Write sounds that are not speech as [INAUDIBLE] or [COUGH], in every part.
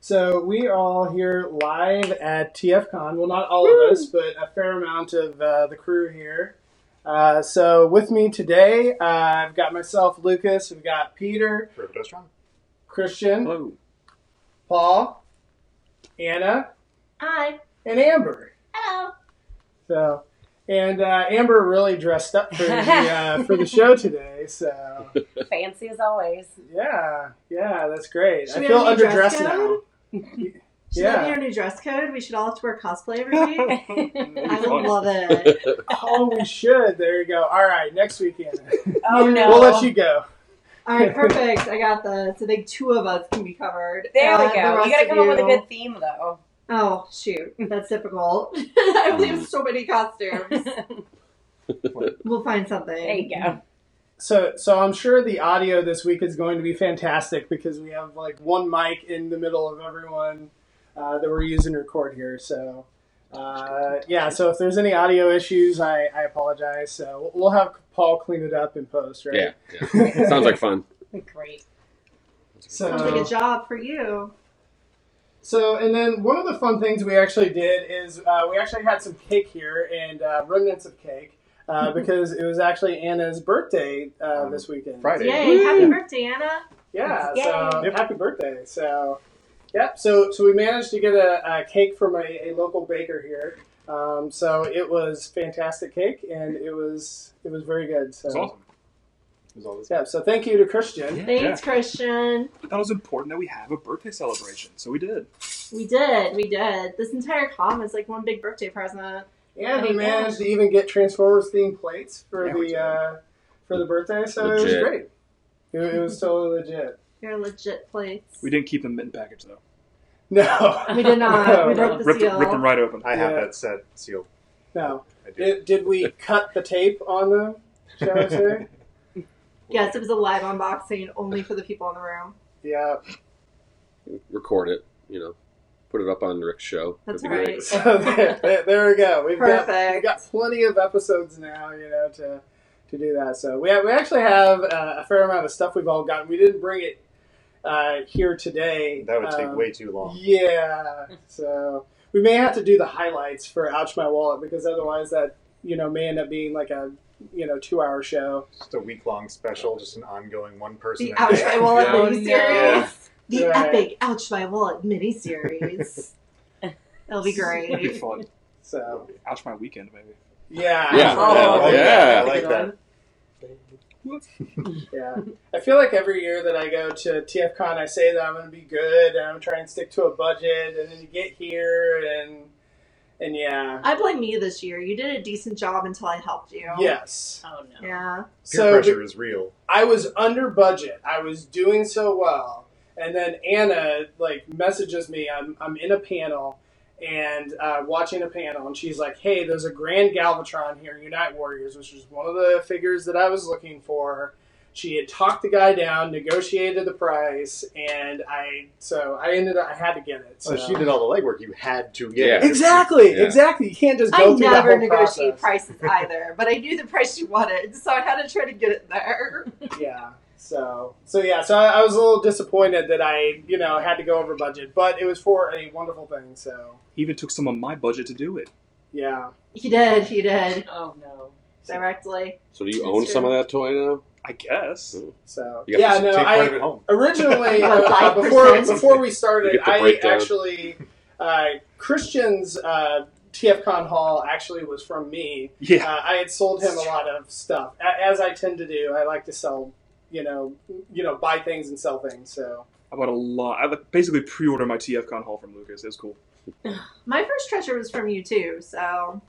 So we are all here live at TFCon. Well, not all of us, but a fair amount of uh, the crew here. Uh, so with me today, uh, I've got myself, Lucas. We've got Peter, Christian, Paul, Anna, Hi. and Amber. Hello. So, and uh, Amber really dressed up for the [LAUGHS] uh, for the show today. So Fancy as always. yeah, yeah, that's great. Should I we feel have a new dress underdressed now. code? Should Yeah. that be our new dress code? We should all have to wear cosplay every week. [LAUGHS] I would love it. That's Oh, we should. There you go. All right, next weekend. [LAUGHS] Oh no. We'll let you go. All right, perfect. I got the so they two of us can be covered. There Uh, we the go. rest You gotta of come up with a you- good theme though. Oh shoot, that's difficult. [LAUGHS] I Mm. only have so many [LAUGHS] costumes. we'll find something. There you go. So, so I'm sure the audio this week is going to be fantastic because we have like one mic in the middle of everyone uh, that we're using to record here. So, uh, yeah. So if there's any audio issues, I, I apologize. So we'll have Paul clean it up in post, right? Yeah, yeah. Sounds [LAUGHS] like fun. Mm-hmm. Great. Sounds like [LAUGHS] So, a job for you. so and then one of the fun things we actually did is uh, we actually had some cake here and uh, remnants of cake uh, because it was actually Anna's birthday uh, this weekend. Friday. Yay! Happy birthday, Anna. Yeah, Yay. so happy birthday. So, yep. So, so we managed to get a, a cake from a, a local baker here. Um, so it was fantastic cake, and it was it was very good. So, That's awesome. It was always- yeah. So thank you to Christian. Thanks, Christian. That was important that we have a birthday celebration, so we did. We did. We did. This entire com is like one big birthday present. And we Thank you. managed to even get Transformers themed plates for Yeah, we the did. uh, for the birthday. So it was Legit. great. It, it was totally legit. [LAUGHS] They're legit plates. We didn't keep them in package though. No, We [LAUGHS] did not. We broke the Ripped, seal. ripped them right open. I have Yeah. that set sealed. no. I do. Did, did we cut the tape on them? Shall I [LAUGHS] say? Yes, it was a live unboxing only for the people in the room. yeah. Record it, you know, put it up on Rick's show. That's That'd be right. great. So there, there- there we go. We've got, Perfect. we've got plenty of episodes now, you know, to to do that. So we have, we actually have uh, a fair amount of stuff we've all gotten. We didn't bring it uh, here today. That would take Um, way too long. Yeah. So we may have to do the highlights for Ouch My Wallet because otherwise that you know may end up being like a you know two hour show. Just a week long special, just an ongoing one person. The Ouch My Wallet Yeah. miniseries. Yeah. The Right. epic Ouch My Wallet [LAUGHS] miniseries. It'll be It'd be great. fun. So Ouch my weekend, maybe. yeah. Yeah. Oh, I like Yeah. that. I like that. Yeah. I feel like every year that I go to TFCon, I say that I'm going to be good and I'm trying to stick to a budget, and then you get here and and yeah, [LAUGHS] I blame you this year. You did a decent job until I helped you. yes. Oh no. Yeah. Peer So pressure is real. I was under budget. I was doing so well, and then Anna like messages me. I'm I'm in a panel and uh, watching a panel, and she's like, "Hey, there's a Grand Galvatron here, Unite Warriors, which was one of the figures that I was looking for." She had talked the guy down, negotiated the price, and I so I ended up I had to get it. So. So Oh, she did all the legwork. You had to Yeah. get it. Exactly, Yeah. exactly. You can't just go I through that never whole negotiate process. prices either, but I knew the price you wanted, so I had to try to get it there. yeah. So so yeah. So I, I was a little disappointed that I you know had to go over budget, but it was for a wonderful thing. So Even took some of my budget to do it. yeah. You did. You did. Oh no. Directly. So do you That's own true. some of that toy now? I guess. So You yeah. got No. Take part of I it home. originally About uh, 5%. before before we You started, get the I breakdown. actually uh, Christian's uh, TFCon haul actually was from me. Yeah. Uh, I had sold him a lot of stuff, A- as I tend to do. I like to sell, you know, you know, buy things and sell things. So I bought a lot. I like, basically pre-ordered my TFCon haul from Lucas. It was cool. My first treasure was from you too, so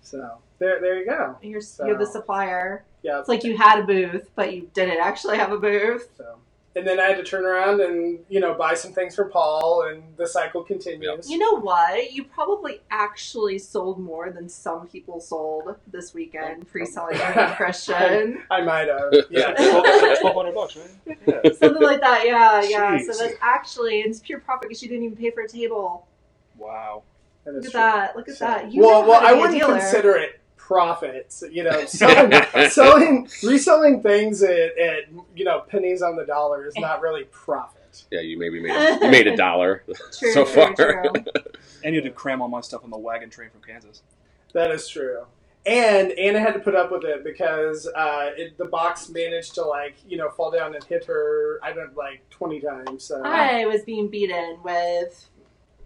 so there there you go. you're So- you're the supplier. Yeah. It's like you had a booth, but you didn't actually have a booth. So and then I had to turn around and you know buy some things for Paul, and the cycle continues. You know what? You probably actually sold more than some people sold [LAUGHS] this weekend pre-selling your impression. I might have. Yeah, Yeah. twelve hundred bucks, right? Yeah. Something like that, yeah, yeah. Jeez. So that's actually it's pure profit because you didn't even pay for a table. Wow. That Look is at true. that! Look at So- that! You well, know well, how to I be a wouldn't dealer. consider it profits. You [LAUGHS] know, selling, selling reselling things at, at you know pennies on the dollar is not really profit. Yeah, you maybe made a, you made a dollar. True, so true, far. true. And you had to cram all my stuff on the wagon train from Kansas. That is true. And Anna had to put up with it because uh, it, the box managed to like you know fall down and hit her. I don't like twenty times. So I was being beaten with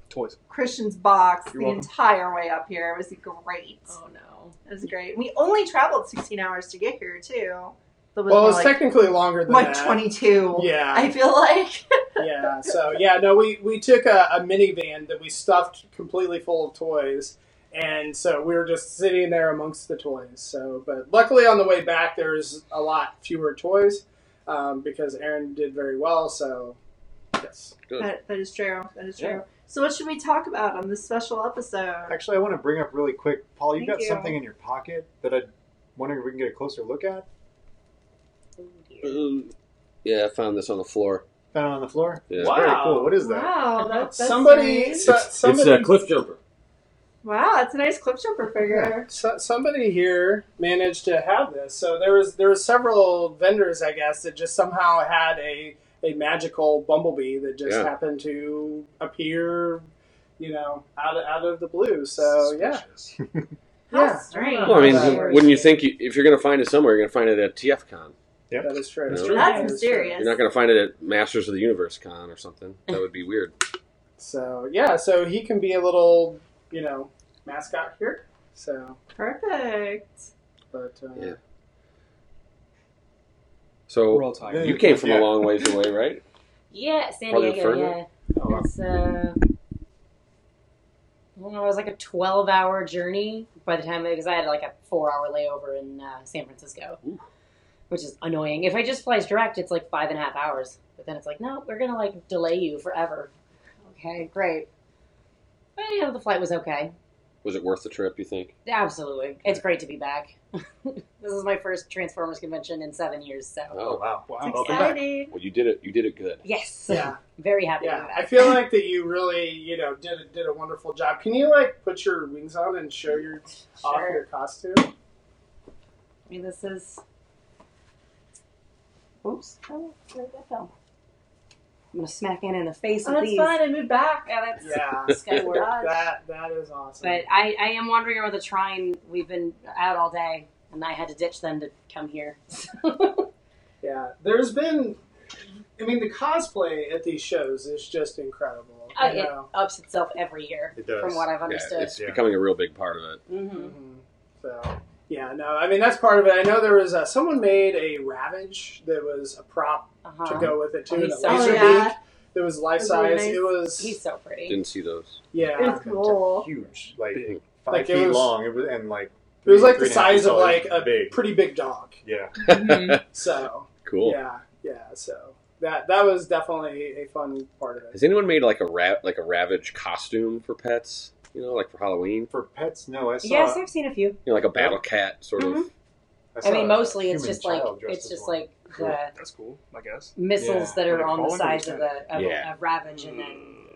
Toys. Christian's box You're the welcome. entire way up here. It was great. Oh no. It was great. We only traveled 16 hours to get here too. That well, it was more was like, technically longer than like that. 22. Yeah. I feel like [LAUGHS] yeah. So yeah, no, we we took a, a minivan that we stuffed completely full of toys, and so we were just sitting there amongst the toys. So, but luckily on the way back, there's a lot fewer toys um, because Aaron did very well. So yes, that, that is true. That is true. Yeah. So what should we talk about on this special episode? Actually, I want to bring up really quick, Paul. You Thank got you. something in your pocket that I wondering if we can get a closer look at. Um, [LAUGHS] yeah, I found this on the floor. Found it on the floor. Yeah. It's very Wow. cool. What is that? Wow, that, that's somebody, nice. so- somebody, uh, cliff jumper. Wow, that's a nice clip jumper figure. so, somebody here managed to have this. So there was there was several vendors, I guess, that just somehow had a a magical bumblebee that just Yeah. happened to appear, you know, out of, out of the blue. So yeah, Suspicious. How Yeah. strange. Well, I mean, Uh, wouldn't you think you, if you're going to find it somewhere, you're going to find it at TFCon? that is true. That's That That's is true. mysterious. You're not going to find it at Masters of the Universe Con or something. [LAUGHS] That would be weird. So yeah, so he can be a little, you know, mascot here. So, Perfect. but uh, Yeah. We're So all tired. you came from a long ways [LAUGHS] away, right? Yeah, San Probably Diego. further? Oh, Yeah, it's uh, I don't know. It was like a twelve-hour journey by the time because I had like a four-hour layover in uh, San Francisco, Ooh. which is annoying. If I just flies direct, it's like five and a half hours. But then it's like, no, we're gonna like delay you forever. Okay, great. But you know, the flight was okay. Was it worth the trip? You think? Absolutely, it's great to be back. [LAUGHS] this is my first Transformers convention in seven years, so Oh wow. Wow. It's exciting. Well, you did it. You did it good. yes, yeah. [LAUGHS] very happy to Yeah, be back. I feel like that you really, you know, did a, did a wonderful job. Can you like put your wings on and show your off Sure. your costume? I mean, this is. Oops. Oh, where'd that go? I'm gonna smack Anna in the face Oh, with that's these. fine. I moved back. Yeah, that's Yeah, [LAUGHS] Skyward. that that is awesome. but I, I am wandering around the trine. We've been out all day, and I had to ditch them to come here. [LAUGHS] yeah, there's been, I mean, the cosplay at these shows is just incredible. Uh, you it know? ups itself every year, It does. from what I've Yeah, understood. it's becoming a real big part of it. hmm Mhm. So yeah, no, I mean that's part of it. I know there was uh, someone made a Ravage that was a prop to Uh-huh. go with it Oh, too. and he's a so- laser Ah. Oh, yeah. beak that was life That's really size. nice. It was He's so pretty. Didn't see those. yeah. It was cool. Huge, like Big. five Like, it feet was- long. It was and like It was like three the and half size feet of tall. like a big. pretty big dog. Yeah, Mhm. So Cool. yeah, yeah. So that that was definitely a fun part of it. Has anyone made like a ra- like a Ravage costume for pets? You know, like for Halloween. for pets. No, I saw. Yes, I've seen a few. You know, like a battle cat sort of. saw I mean, a mostly it's human just like child dressed it's as just one. like Cool. the That's cool, I guess. missiles Yeah. that Like are a on the collar? sides of the of, Yeah. of Ravage, and then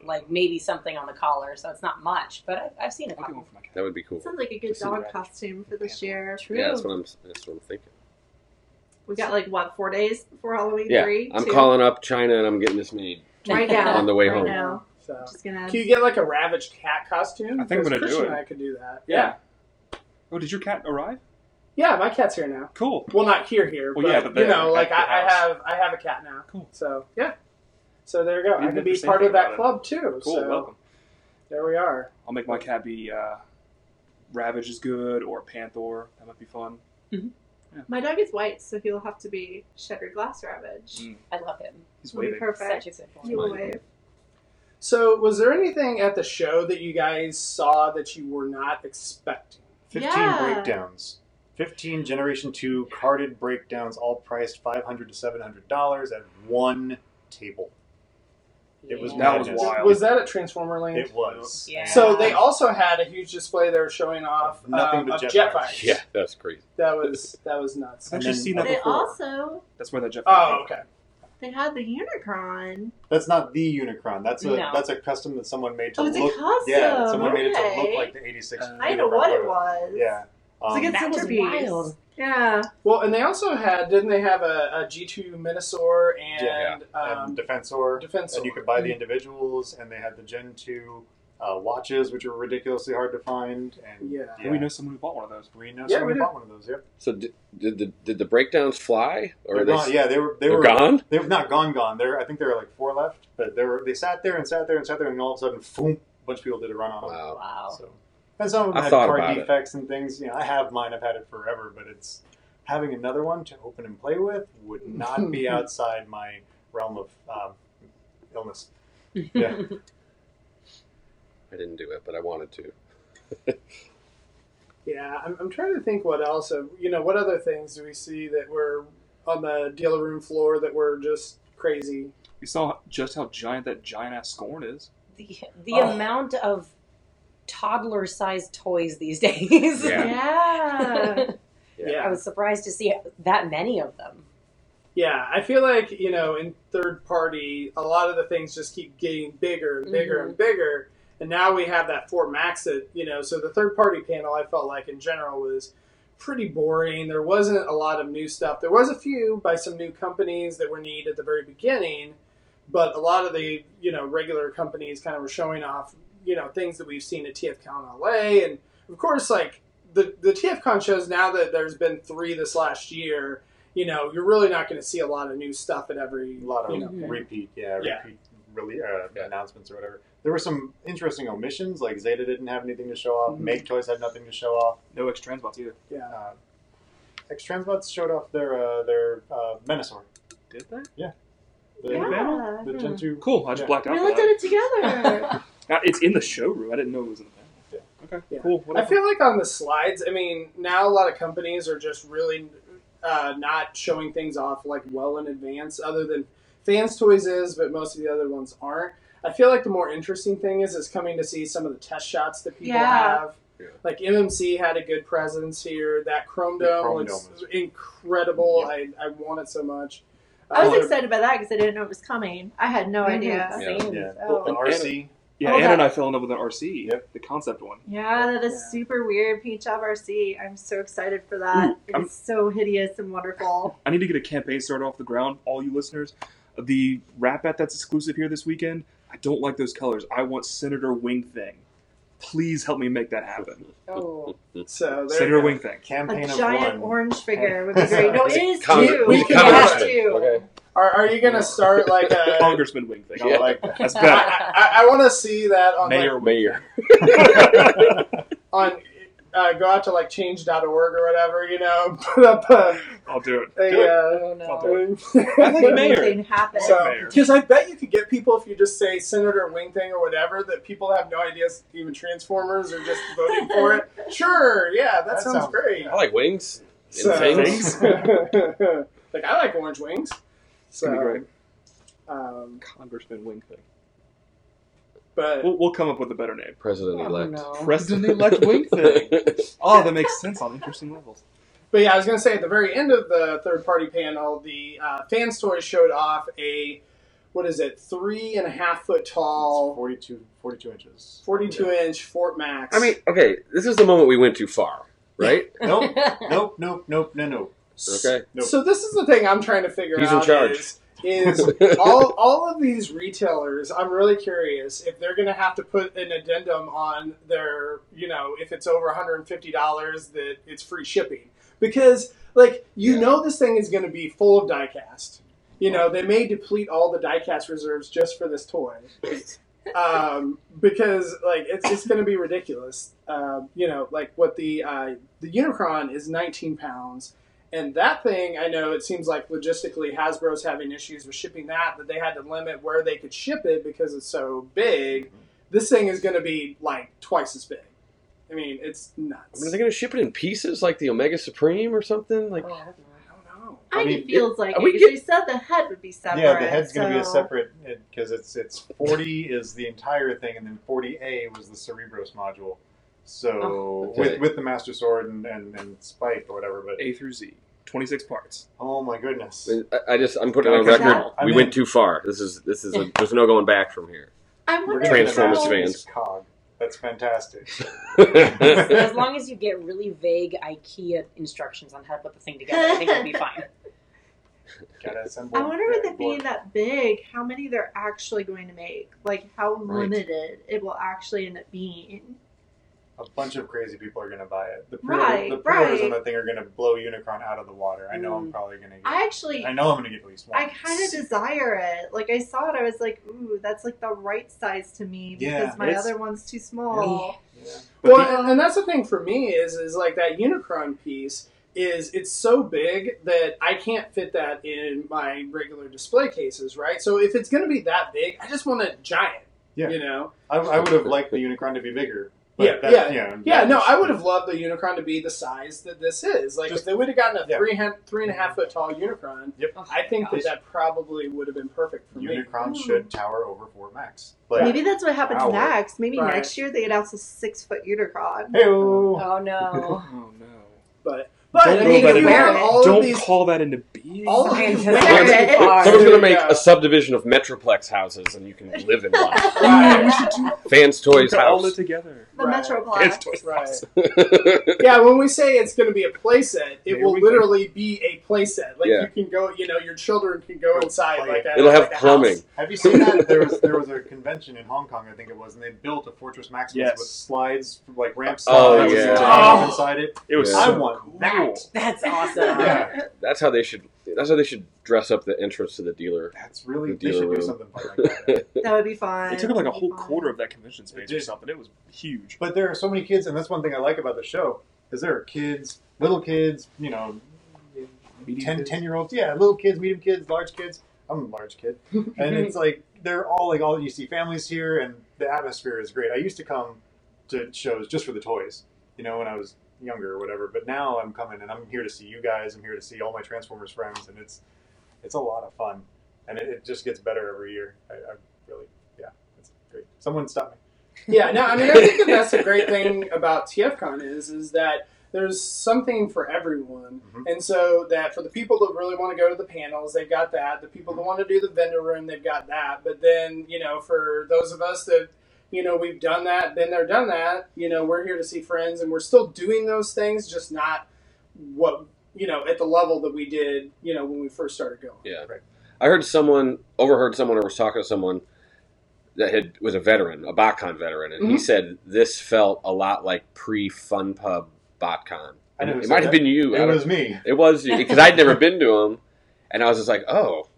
Mm. like maybe something on the collar. So it's not much, but I, I've seen a I'll get one [LAUGHS] couple. for my cat. That would be cool. Sounds like a good Just in dog red. costume for this year. True. Yeah, that's what I'm. That's what I'm thinking. We got like what four days before Halloween Yeah, three. I'm Two? calling up China and I'm getting this made. right [LAUGHS] now on the way right home. Now. So Just gonna. can you get like a ravaged cat costume? I think I'm Because gonna do Christian it. and I could do that. Yeah. Oh, did your cat arrive? yeah. My cat's here now. Cool. Well, not here, here. Well, but, yeah, but you there, know, at like the I, I house. have I have a cat now. Cool. So yeah. So there you go. You I did could the be same part thing of that about it. club too. Cool. so Welcome. there we are. I'll make my cat be uh, Ravage is good or Panther. That might be fun. My dog is white, so he'll have to be Shattered Glass Ravage. Mm. I love him. He's He'll be waving. perfect. Such a good He boy. will wave. So, was there anything at the show that you guys saw that you were not expecting? 15 Yeah. breakdowns. 15 Generation 2 carded breakdowns, all priced 500 to $700 at one table. It was Yeah. That was madness. wild. Was that at Transformer Land? It was. Yeah. So they also had a huge display they were showing off Nothing um, but of jet jet fighters. fighters. Yeah, that's crazy. That was that was nuts. [LAUGHS] I've actually And then- seen that They before. also That's where that Jeff. Oh, okay. they had the Unicron. That's not the Unicron. That's a No. that's a custom that someone made to Oh, it's a look. custom. Yeah, someone made it to Okay. look like the '86. Uh, I didn't know what it Unicron. was. Yeah. Um, It's like That was Centerpiece. wild. Yeah. Well, and they also had didn't they have a, a G two Minosaur and um, and Defensor, Defensor? and you could buy the individuals, and they had the Gen 2 uh, watches, which were ridiculously hard to find. And Yeah. We know someone who bought one of those. we know Yeah, someone we bought one of those. Yep. So did, did the did the breakdowns fly or They're are they? gone- yeah, they were. They They're were gone? They've not gone. Gone. There, I think there are like four left, but they were. They sat there and sat there and sat there, and all of a sudden, boom! A bunch of people did a run on them. Wow. Wow. So, and some of them I had thought card about it. defects and things. You know, I have mine. I've had it forever, but it's having another one to open and play with would [LAUGHS] not be outside my realm of um, illness. Yeah. I didn't do it, but I wanted to. Yeah, I'm, I'm trying to think what else. Of, you know, what other things do we see that were on the dealer room floor that were just crazy? We saw just how giant that giant ass Scorn is. The, the Oh. amount of toddler-sized toys these [LAUGHS] days. Yeah. Yeah. [LAUGHS] Yeah. [LAUGHS] I Yeah, was surprised to see that many of them. yeah. I feel like you know, in third party, a lot of the things just keep getting bigger and bigger Mm-hmm. and bigger. And now we have that Fort Max. That you know, so the third party panel, I felt like in general was pretty boring. There wasn't a lot of new stuff. There was a few by some new companies that were neat at the very beginning, but a lot of the you know regular companies kind of were showing off you know things that we've seen at TFCon LA, and of course like the the TFCon shows now that there's been three this last year. You know, you're really not going to see a lot of new stuff at every a lot of you know, Mhm. uh, repeat, yeah, Yeah. repeat really uh, Yeah. announcements or whatever. There were some interesting omissions, like Zeta didn't have anything to show off, Mhm. Make Toys had nothing to show off. No X Transbots either. yeah. Uh, X Transbots showed off their uh, their uh, Menasor. Did they? The, yeah. the Gen 2 Cool. I just Yeah. blacked out. We for looked that. at it together. Now, It's in the showroom. I didn't know it was in the panel. Okay. Yeah. Cool. I Whatever. feel like on the slides, I mean, now a lot of companies are just really uh, not showing things off like well in advance, other than Fans Toys is, but most of the other ones aren't. I feel like the more interesting thing is is coming to see some of the test shots that people Yeah. have. Yeah. Like MMC had a good presence here. That Chrome The Dome Chrome looks Dome is- incredible. I, I want it so much. [LAUGHS] I Uh, was excited by that because I didn't know it was coming. I had no idea. Yeah. Same. Yeah, Oh. the RC. yeah, Oh, Anna that- and I fell in love with an RC. Yep. The concept one. Yeah, that is Yeah. super weird. Paint Job RC. I'm so excited for that. Ooh, It's I'm- so hideous and wonderful. I need to get a campaign started off the ground. All you listeners, the rap at that's exclusive here this weekend. I don't like those colors. I want Senator Wing Thing. Please help me make that happen. Oh, So there you Senator go. Wing Thing. A Campaign of giant one. orange figure would be great. No, it is Con- two. we It can has have it. two. Okay. Are, are you going to start like [LAUGHS] Oh, a. Congressman Wing Thing. I Yeah. like that. That's Uh, [LAUGHS] I, better. want to see that on like, Mayor Wing. Mayor. on uh, go out to like change.org or whatever, you know, [LAUGHS] put up a, [LAUGHS] I'll do it. Do it. a uh, oh I'll no. do Make [LAUGHS] Mayor. Anything happen. so Mayor. because I bet you could get people if you just say Senator Wing thing or whatever that people have no ideas even Transformers are just voting for it. [LAUGHS] Sure, yeah, that, That sounds, sounds- great. I like wings. and So- things. [LAUGHS] like I like orange wings. It's gonna be So, great. um, Congressman Wing Thing. but We'll, we'll come up with a better name. President elect. Oh, no. [LAUGHS] President-elect Wing [LAUGHS] Thing. [LAUGHS] Oh, that makes sense on interesting levels. But yeah, I was going to say at the very end of the third party panel, the uh, fan story showed off a, what is it, three and a half foot It's tall, 42, 42 inches. 42 inch Fort Max. I mean, okay, this is the moment we went too far, right? [LAUGHS] Nope, nope, nope, nope, no, no. Okay. Nope. So this is the thing I'm trying to figure He's in out charge. is, is all, all of these retailers, I'm really curious if they're going to have to put an addendum on their, you know, if it's over $150 that it's free shipping. Because, like, you Yeah. know this thing is going to be full of diecast. You know, they may deplete all the diecast reserves just for this toy. um, because like it's just going to be ridiculous. Uh, you know, like what the uh, the Unicron is 19 pounds, and that thing I know it seems like logistically Hasbro's having issues with shipping that, that they had to limit where they could ship it because it's so Mm-hmm. big. This thing is going to be like twice as big. I mean, it's I nuts. mean, are they going to ship it in pieces like the Omega Supreme or something? Like, Oh, I don't know. I I mean, feels like are we it, 'cause get- they said the head would be separate. Yeah, the head's going to be a so- separate because it's it's 40 is the entire thing, and then 40A was the Cerebros module. So Oh. Okay. with with the Master Sword and, and, and Spike or whatever, but A through Z, 26 parts. oh my goodness, I, I just I'm putting it on Like, record. I we mean- went too far. This is this is a, there's no going back from here. I We're wonder gonna get an Transformers how- Optimus fans. Cog. That's fantastic. So as long as you get really vague IKEA instructions on how to put the thing together, I think it'll be fine. Gotta assemble I wonder with that it board. being that big, how many they're actually going to make. Like how Right. limited it will actually end up being. a bunch of crazy people are going to buy it. The pre Right, the pre-orders right. on that thing are going to blow Unicron out of the water. I know Mm. I'm probably going to. get I actually I know I'm going to get at least one. I kind of desire it. Like I saw it, I was like, "Ooh, that's like the right size to me because Yeah, my it's- other one's too small." Yeah. But the- well, and that's the thing for me is is like that Unicron piece is it's so big that I can't fit that in my regular display cases, right? So if it's going to be that big, I just want a giant. Yeah. You know. I, I would have liked the Unicron to be bigger. But Yeah, that, yeah. you know, Yeah, that no, was- I would have loved the Unicron to be the size that this is. Like, if Just- they would have gotten a yeah. three, hand, three and a half foot tall Unicron, Yep. Oh I think that gosh. that probably would have been perfect for me. Unicron Ooh. should tower over four max. Like, Mm. Maybe that's what happens Wow. next. Maybe Right. next year they announce a six foot Unicron. hey Oh no. oh no. But, but I Don't mean, go by if the you name. have all Don't of these, call that into being. all of Okay, these just- weird Someone's parts- [LAUGHS] Someone's going to make Yeah. a subdivision of Metroplex houses, and you can live in one. Right. we should do Fans Toys all house. it together. [LAUGHS] The Right. Metroplex. Fans Toys Right. house. [LAUGHS] yeah, when we say it's going to be a playset, it There will we go. literally be a playset. Like Yeah. you can go, you know, your children can go Go inside. play Like it. a, It'll have like a house. plumbing. have you seen that? There was there was a convention in Hong Kong, I think it was, and they built a Fortress Maximus Yes. with slides, like ramp slides, Oh, with yeah. a Oh. table inside it. It was Yeah. I so want cool. that. [LAUGHS] That's awesome. Yeah. That's how they should. That's how they should dress up the entrance to the dealer. That's really The they dealer should do room. something fun like that. That would be fun. It took up like a That'd be whole fun. quarter of that convention space or did. something. It was huge. But there are so many kids, and that's one thing I like about the show is there are kids, little kids, you know, 10, 10 year olds, yeah, little kids, medium kids, large kids. I'm a large kid, [LAUGHS] and it's like they're all like all you see families here, and the atmosphere is great. I used to come to shows just for the toys, you know, when I was younger or whatever. But now I'm coming, and I'm here to see you guys. I'm here to see all my Transformers friends, and it's it's a lot of fun, and it, it just gets better every year. I, I really, yeah, it's great. Someone stop me. Yeah, no, I mean, I think that that's the great thing about TFCon is is that there's something for everyone, Mhm. and so that for the people that really want to go to the panels, they've got that. The people that want to do the vendor room, they've got that. But then, you know, for those of us that you know we've done that, been there, done that, you know, we're here to see friends, and we're still doing those things, just not what you know at the level that we did, you know, when we first started going. Yeah. I heard someone overheard someone or was talking to someone that had was a veteran, a BotCon veteran, and he Mm-hmm. Mhm. said this felt a lot like pre Fun Pub BotCon. I know It who might said have that. been you. I It don't- was me. It was because I'd never [LAUGHS] been to them, and I was just like, oh,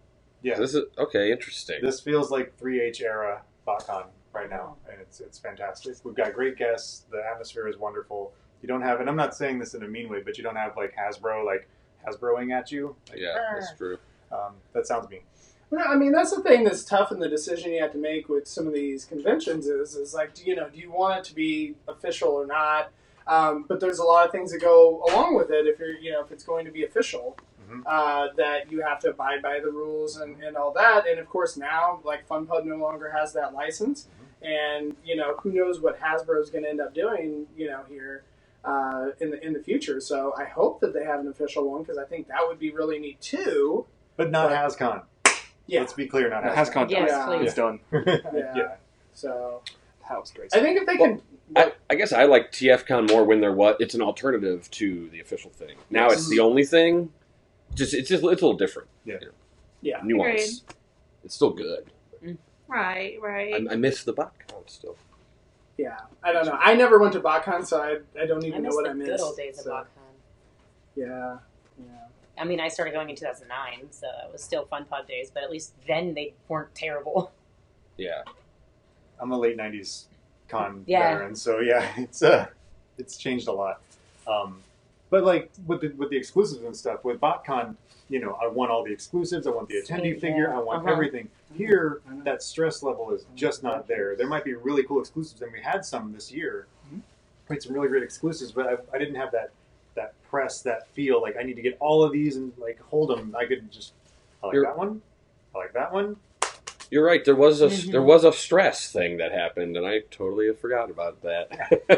Yeah. this is okay, interesting. This feels like 3H era BotCon right now, and it's it's fantastic. We've got great guests. The atmosphere is wonderful. You don't have, and I'm not saying this in a mean way, but you don't have like Hasbro like Hasbroing at you. Like, yeah, "Arr." that's true. Um, that sounds mean. Well, I mean, that's the thing that's tough in the decision you have to make with some of these conventions is, is like, do you know, do you want it to be official or not? Um, but there's a lot of things that go along with it. If you're, you know, if it's going to be official, Mhm. uh, that you have to abide by the rules and, and all that. And of course, now like FunPub no longer has that license, and you know, who knows what Hasbro's going to end up doing, you know, here uh, in the in the future. So I hope that they have an official one because I think that would be really neat too. But not Right. HasCon. Yeah. Let's be clear, not It has HasCon. contact. Yes, please. It's done. [LAUGHS] yeah. Yeah. So. That was great. I think if they can, I, I guess I like TFCon more when they're what it's an alternative to the official thing. Now it's the only thing. Just it's just it's a little different. Yeah. Yeah. Nuance. It's still good. Right, right. I, I miss the BotCon still. yeah, I don't know. I never went to BotCon, so I, I don't I even miss know what the I missed. good old days of so, BotCon. Yeah, yeah. I mean, I started going in 2009, so it was still fun pub days, but at least then they weren't terrible. Yeah. I'm a late '90s con Yeah. veteran, so yeah, [LAUGHS] it's uh, it's changed a lot. Um, but like with the, with the exclusives and stuff with BotCon, you know, I want all the exclusives, I want the attendee Sweet, figure, yeah. I want Uh-huh. everything. Here, I know. that stress level is just not there. There might be really cool exclusives, and we had some this year. Mhm. We had some really great exclusives, but I, I didn't have that that press, that feel. Like I need to get all of these and like hold them. I could just I like You're- that one. I like that one. You're right. There was a Mhm. there was a stress thing that happened, and I totally had forgot about that. [LAUGHS]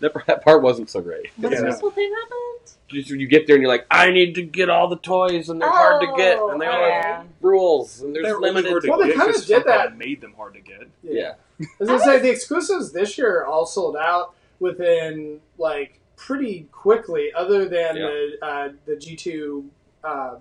that par- that part wasn't so great. What Yeah. stressful thing happened? Just when you get there and you're like, I need to get all the toys, and they're hard to get, and they all yeah. have rules, and there's They're only limited. hard to Well, they get kinda 'cause did Funko that. Made them hard to get. yeah, I was gonna say the exclusives this year all sold out within like pretty quickly, other than Yeah. the uh, the G two uh,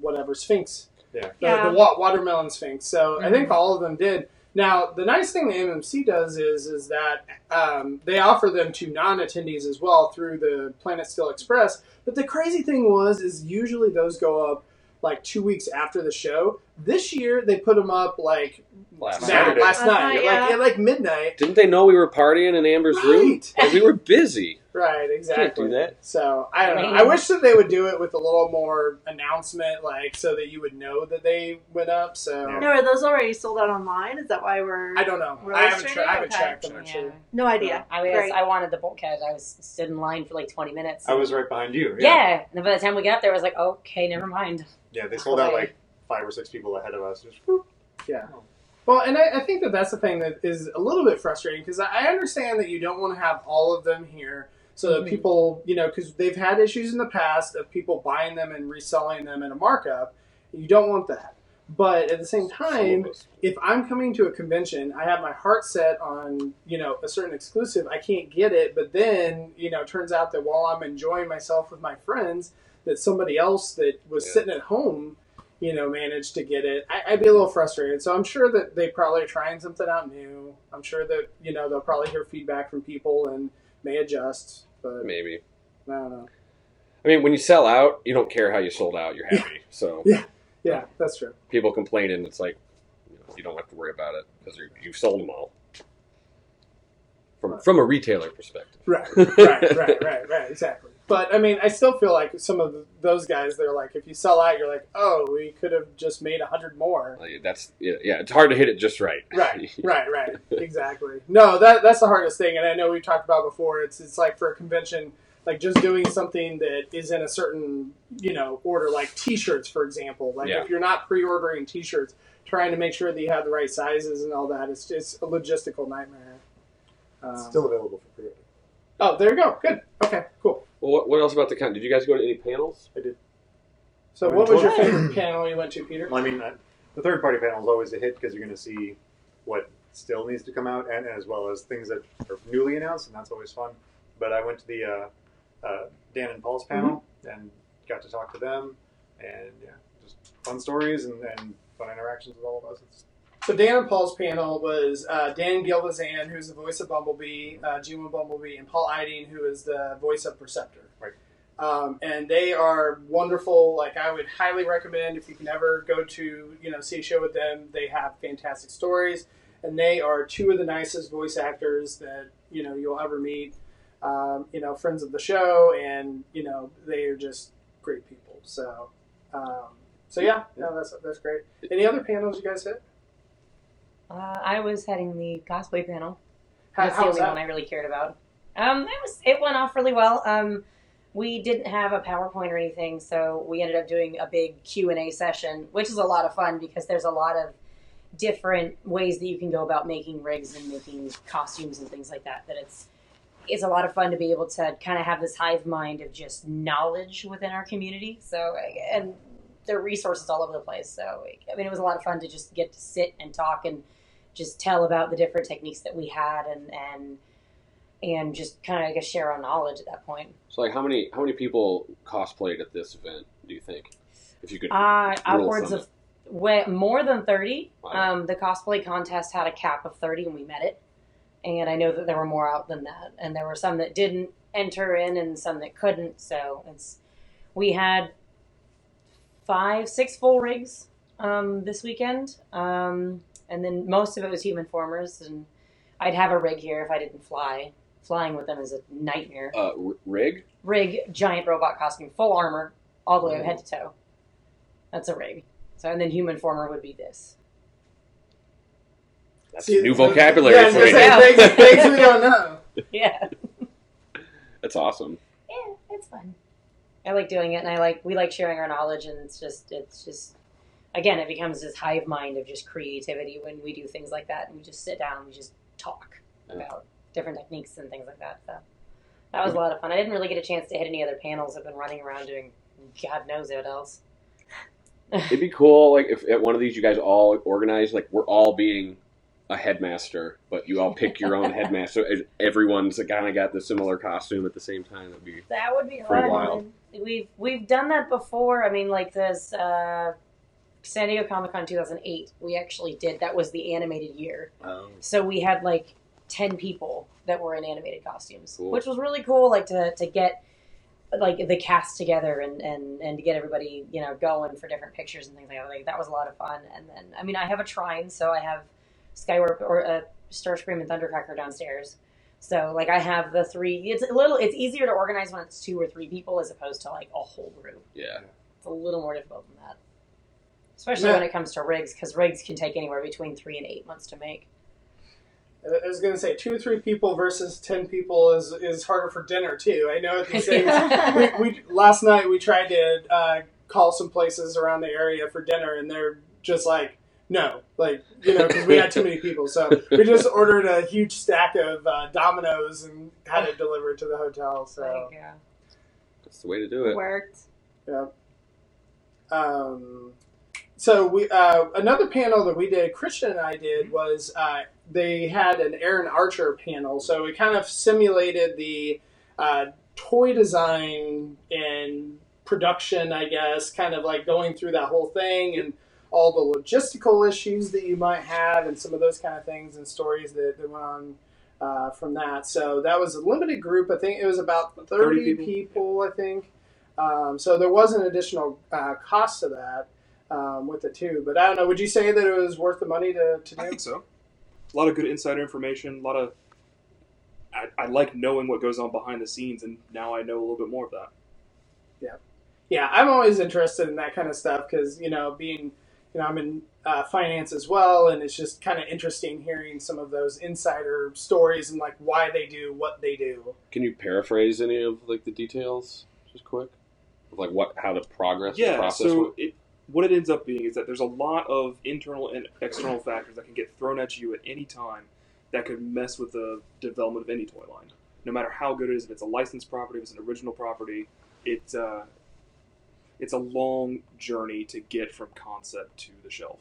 whatever Sphinx, Yeah. the, Yeah. the wa- watermelon Sphinx. So I think all of them did. Now the nice thing the MMC does is is that um, they offer them to non attendees as well through the Planet Steel Express. But the crazy thing was is usually those go up like two weeks after the show. This year they put them up like Last now, Saturday. last Last night, night, like yeah. at like midnight. Didn't they know we were partying in Amber's room? Right. Like, we were busy. Right, exactly. Can't do that. So I don't know. Right. I wish that they would do it with a little more announcement, like so that you would know that they went up. So Yeah. No, are those already sold out online? Is that why we're? I don't know. Really I haven't, tra- straight? I haven't Okay. checked. I'm not sure. No idea. I was, Great. I wanted the bulkhead. I was stood in line for like 20 minutes. I was right behind you. yeah. and by the time we got there, I was like, okay, never mind. Yeah, they sold out like five or six people ahead of us. Just whoop. Yeah. Well, and I, I think that that's the thing that is a little bit frustrating because I I understand that you don't want to have all of them here so that Mhm. people, you know, because they've had issues in the past of people buying them and reselling them at a markup. You don't want that. But at the same time, if I'm coming to a convention, I have my heart set on you know a certain exclusive. I can't get it, but then you know, it turns out that while I'm enjoying myself with my friends, that somebody else that was Yeah. sitting at home, you know, managed to get it. I, I'd be a little frustrated. So I'm sure that they probably are trying something out new. I'm sure that you know they'll probably hear feedback from people and may adjust. But Maybe. I don't know. I mean, when you sell out, you don't care how you sold out. You're happy. So Yeah, that's true. people complaining, it's like you, know, you don't have to worry about it because you've sold them all. From from a retailer perspective, Right. right, right, right, right, exactly. But I mean, I still feel like some of those guys, they're like, if you sell out, you're like, oh, we could have just made a hundred more. Uh, That's yeah, yeah. It's hard to hit it just right. Right, [LAUGHS] right, right, exactly. No, that that's the hardest thing, and I know we've talked about before. It's it's like for a convention, like just doing something that is in a certain you know order, like T-shirts, for example. Like Yeah. if you're not pre-ordering T-shirts, trying to make sure that you have the right sizes and all that, it's it's a logistical nightmare. Um, It's still available for free. oh, there you go. Good. Okay. Cool. Well, what, what else about the con? Did you guys go to any panels? So, what was your favorite panel you went to, Peter? Well, I mean, uh, the third party panel is always a hit because you're going to see what still needs to come out, and as well as things that are newly announced, and that's always fun. But I went to the uh, uh, Dan and Paul's panel and got to talk to them, and yeah, just fun stories and, and fun interactions with all of us. It's, So, Dan and Paul's panel was uh, Dan Gilvezan, who's the voice of Bumblebee, uh, G1 Bumblebee, and Paul Iding, who is the voice of Perceptor. Right. Um, and they are wonderful. Like, I would highly recommend if you can ever go to, you know, see a show with them. They have fantastic stories, and they are two of the nicest voice actors that, you know, you'll ever meet. Um, you know, friends of the show, and, you know, they are just great people. So, um, so yeah, no, that's, that's great. Any other panels you guys hit? Uh, I was heading the cosplay panel. How, That's the how only was that? one I really cared about. Um, it was it went off really well. Um, we didn't have a PowerPoint or anything, so we ended up doing a big Q and A session, which is a lot of fun because there's a lot of different ways that you can go about making rigs and making costumes and things like that. That it's it's a lot of fun to be able to kind of have this hive mind of just knowledge within our community. So and there are resources all over the place. So I mean, it was a lot of fun to just get to sit and talk and just tell about the different techniques that we had and and and just kind of I guess share our knowledge at that point. So, like, how many how many people cosplayed at this event? Do you think? If you could, Uh, upwards thumb of way, more than thirty. Wow. Um, the cosplay contest had a cap of thirty, and we met it. And I know that there were more out than that, and there were some that didn't enter in, and some that couldn't. So it's we had five, six full rigs um, this weekend, um, and then most of it was human formers, and I'd have a rig here if I didn't fly. Flying with them is a nightmare. Uh, r- rig? Rig, giant robot costume, full armor, all the way head to toe. That's a rig. So, and then human former would be this. [LAUGHS] That's See, new it's like- vocabulary Yeah, I was for gonna me. now. say, things, things we don't know. Yeah, That's awesome. yeah, it's fun. I like doing it, and I like we like sharing our knowledge, and it's just it's just again it becomes this hive mind of just creativity when we do things like that, and we just sit down and we just talk Yeah. about different techniques and things like that. So that was a lot of fun. I didn't really get a chance to hit any other panels. I've been running around doing God knows what else. It'd be cool, like if at one of these you guys all organize, like we're all being a headmaster, but you all pick your own headmaster. and Everyone's kind of got the similar costume at the same time. That'd be That would be Pretty fun. wild. We've we've done that before. I mean, like this uh, San Diego Comic Con 2008. We actually did. That was the animated year, so we had like ten people that were in animated costumes, Cool. which was really cool. Like to to get like the cast together and and and to get everybody you know going for different pictures and things like that. Like that was a lot of fun. And then I mean, I have a trine, so I have Skywarp or uh, Starscream and Thundercracker downstairs. So like I have the three. It's a little. It's easier to organize when it's two or three people as opposed to like a whole group. yeah. It's a little more difficult than that, especially when Yeah. it comes to rigs because rigs can take anywhere between three and eight months to make. I was gonna say two or three people versus ten people is is harder for dinner too. I know at these [LAUGHS] things. we, we last night we tried to uh, call some places around the area for dinner, and they're just like, no, like you know, because we had too many people. [LAUGHS] So we just ordered a huge stack of uh, Dominoes and had it delivered to the hotel. So Like, uh, That's the way to do it. Worked. um, so we uh, another panel that we did, Christian and I did was uh, they had an Aaron Archer panel, so it kind of simulated the uh, toy design and production, I guess, kind of like going through that whole thing and all the logistical issues that you might have and some of those kind of things and stories that, that went on. Uh, from that, so that was a limited group. I think it was about 30, 30 people. people. I think um, so there was an additional uh, cost to that um, with it too. But I don't know. Would you say that it was worth the money to, to I do? think so. A lot of good insider information. A lot of. I, I like knowing what goes on behind the scenes, and now I know a little bit more of that. Yeah, I'm always interested in that kind of stuff because you know, being you know, I'm in uh, finance as well, and it's just kind of interesting hearing some of those insider stories and like why they do what they do. Can you paraphrase any of like the details, just quick, of, like what how the progress the Yeah. process? So went? it, what it ends up being is that there's a lot of internal and external factors that can get thrown at you at any time that could mess with the development of any toy line, no matter how good it is. If it's a licensed property, if it's an original property, it's uh, it's a long journey to get from concept to the shelf.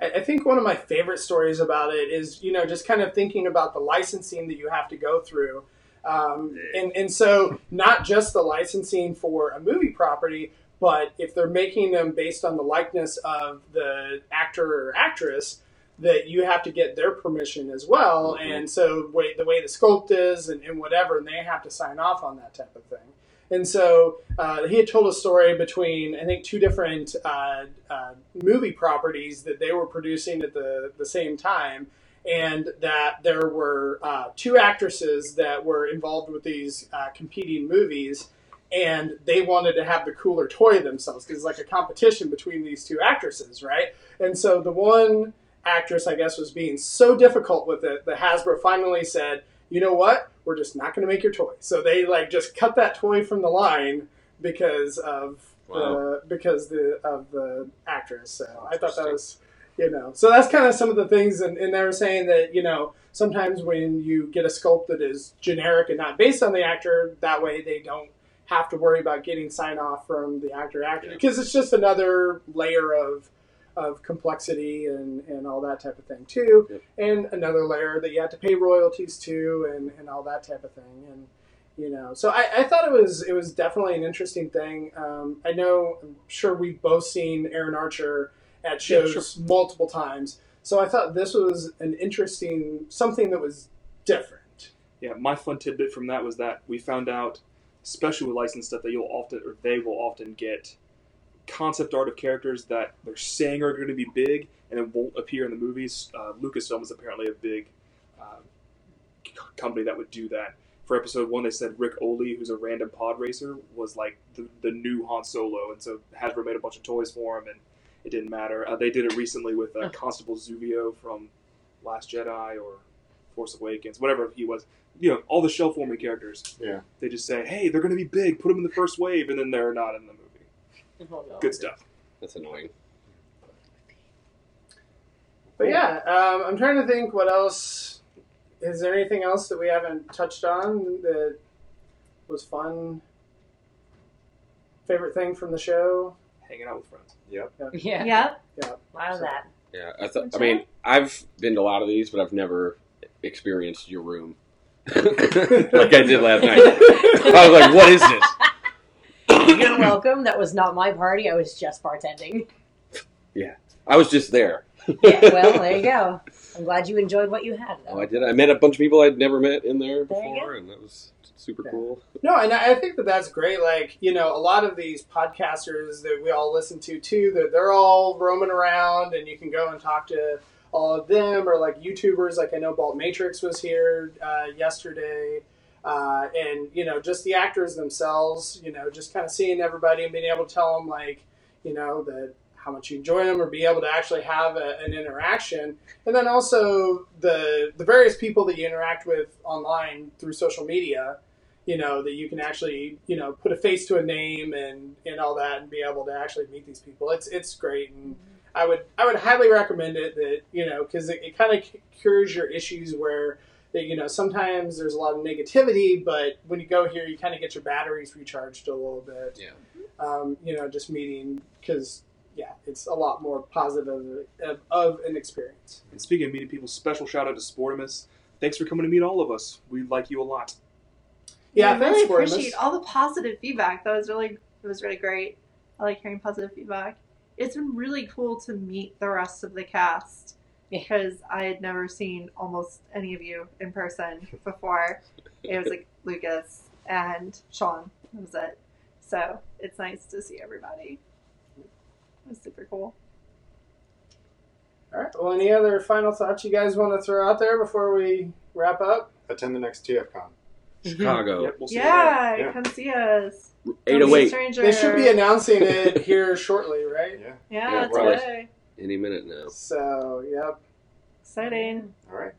I, I think one of my favorite stories about it is, you know, just kind of thinking about the licensing that you have to go through. Um, and, and so, not just the licensing for a movie property, but if they're making them based on the likeness of the actor or actress, that you have to get their permission as well. Mhm. And so, way, the way the sculpt is and, and whatever, and they have to sign off on that type of thing. And so uh, he had told a story between, I think, two different uh, uh, movie properties that they were producing at the, the same time, and that there were uh, two actresses that were involved with these uh, competing movies, and they wanted to have the cooler toy themselves because it's like a competition between these two actresses, right? And so the one actress, I guess, was being so difficult with it that Hasbro finally said, you know what? We're just not going to make your toy. So they like just cut that toy from the line because of Wow. the because the of the actress. So I thought that Interesting. was you know. So that's kind of some of the things, and, and they were saying that you know sometimes when you get a sculpt that is generic and not based on the actor, that way they don't have to worry about getting sign off from the actor actor Yeah. because it's just another layer of of complexity and, and all that type of thing too Yep. and another layer that you have to pay royalties to and, and all that type of thing and you know so I, I thought it was it was definitely an interesting thing um, i know i'm sure we've both seen aaron archer at Yeah, shows multiple times so i thought this was an interesting something that was different Yeah, my fun tidbit from that was that we found out, especially with licensed stuff, that you'll often or they will often get concept art of characters that they're saying are going to be big and then won't appear in the movies. Uh, Lucasfilm is apparently a big uh, c- company that would do that. For episode one, they said Rick Oley, who's a random pod racer, was like the, the new Han Solo, and so Hasbro made a bunch of toys for him, and it didn't matter. Uh, they did it recently with uh, Constable Zuvio from Last Jedi or Force Awakens, whatever he was. You know, all the shell forming characters. Yeah. They just say, hey, they're going to be big, put them in the first wave, and then they're not in the movie. Good stuff. That's annoying. But yeah, um, I'm trying to think what else. Is there anything else that we haven't touched on that was fun? Favorite thing from the show? hanging out with friends. Yeah. Yeah. A lot of that. Yeah, I, th- What's I mean, I've been to a lot of these, but I've never experienced your room like I did last night. I was like, "What is this?" [COUGHS] You're welcome. That was not my party. I was just bartending. I was just there. [LAUGHS] Yeah, well, there you go. I'm glad you enjoyed what you had. Though. Oh, I did. I met a bunch of people I'd never met in there There you before, and that was super Yeah. cool. No, and I I think that that's great. Like, you know, a lot of these podcasters that we all listen to too, that they're all roaming around, and you can go and talk to all of them, or like YouTubers. Like I know Balt Matrix was here uh, yesterday, uh, and you know, just the actors themselves. You know, just kind of seeing everybody and being able to tell them like, you know, that how much you enjoy them, or be able to actually have a, an interaction and then also the the various people that you interact with online through social media you know that you can actually you know put a face to a name and and all that and be able to actually meet these people it's it's great and i would i would highly recommend it that you know because it, it kind of cures your issues where that you know sometimes there's a lot of negativity but when you go here you kind of get your batteries recharged a little bit Yeah. um, you know just meeting because yeah it's a lot more positive of, of an experience And speaking of meeting people, special shout out to Sportimus. Thanks for coming to meet all of us. We like you a lot. Yeah, I thanks really for this. appreciate all the positive feedback. That was really it was really great. I like hearing positive feedback. It's been really cool to meet the rest of the cast Yeah. because I had never seen almost any of you in person before. it was like [LAUGHS] Lucas and Sean. That was it. So it's nice to see everybody. It was super cool. All right. Well, any other final thoughts you guys want to throw out there before we wrap up? Attend the next TFCon. Mhm. Chicago, Yep, we'll see you there. Yeah, Yeah. come see us. eight Don't oh be a eight, stranger. They should be announcing [LAUGHS] it here shortly, right? Yeah. Yeah, yeah, right. today. any minute now. So, yep. Exciting. All right.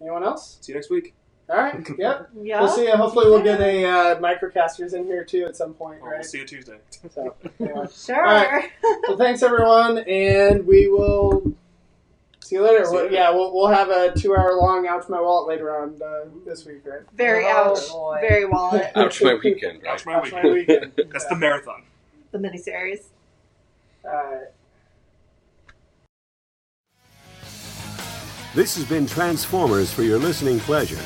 Anyone else? See you next week. All [LAUGHS] right. Yep. Yeah. We'll see. Hopefully, we'll get a uh, microcasters in here too at some point, Or Oh, we'll right? see you Tuesday. So, anyway. Sure. Alright. [LAUGHS] well, thanks everyone, and we will see you later. See you We'll- later. yeah, we'll, we'll have a two-hour-long out to my wallet later on uh, this week, right? Very Oh, ouch. boy. Very wallet. Ouch, my weekend. Right? Ouch, my That's my weekend. weekend. That's the marathon. the miniseries. All right. This has been Transformers for your listening pleasure,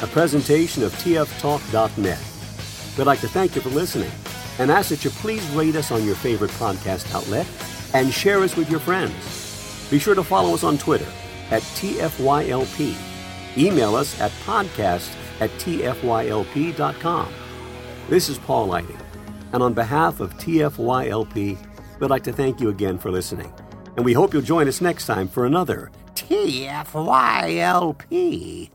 a presentation of tftalk.net. We'd like to thank you for listening and ask that you please rate us on your favorite podcast outlet and share us with your friends. Be sure to follow us on Twitter at TFYLP. Email us at podcast at TFYLP.com. This is Paul Lighting, and on behalf of TFYLP, we'd like to thank you again for listening. And we hope you'll join us next time for another TFYLP.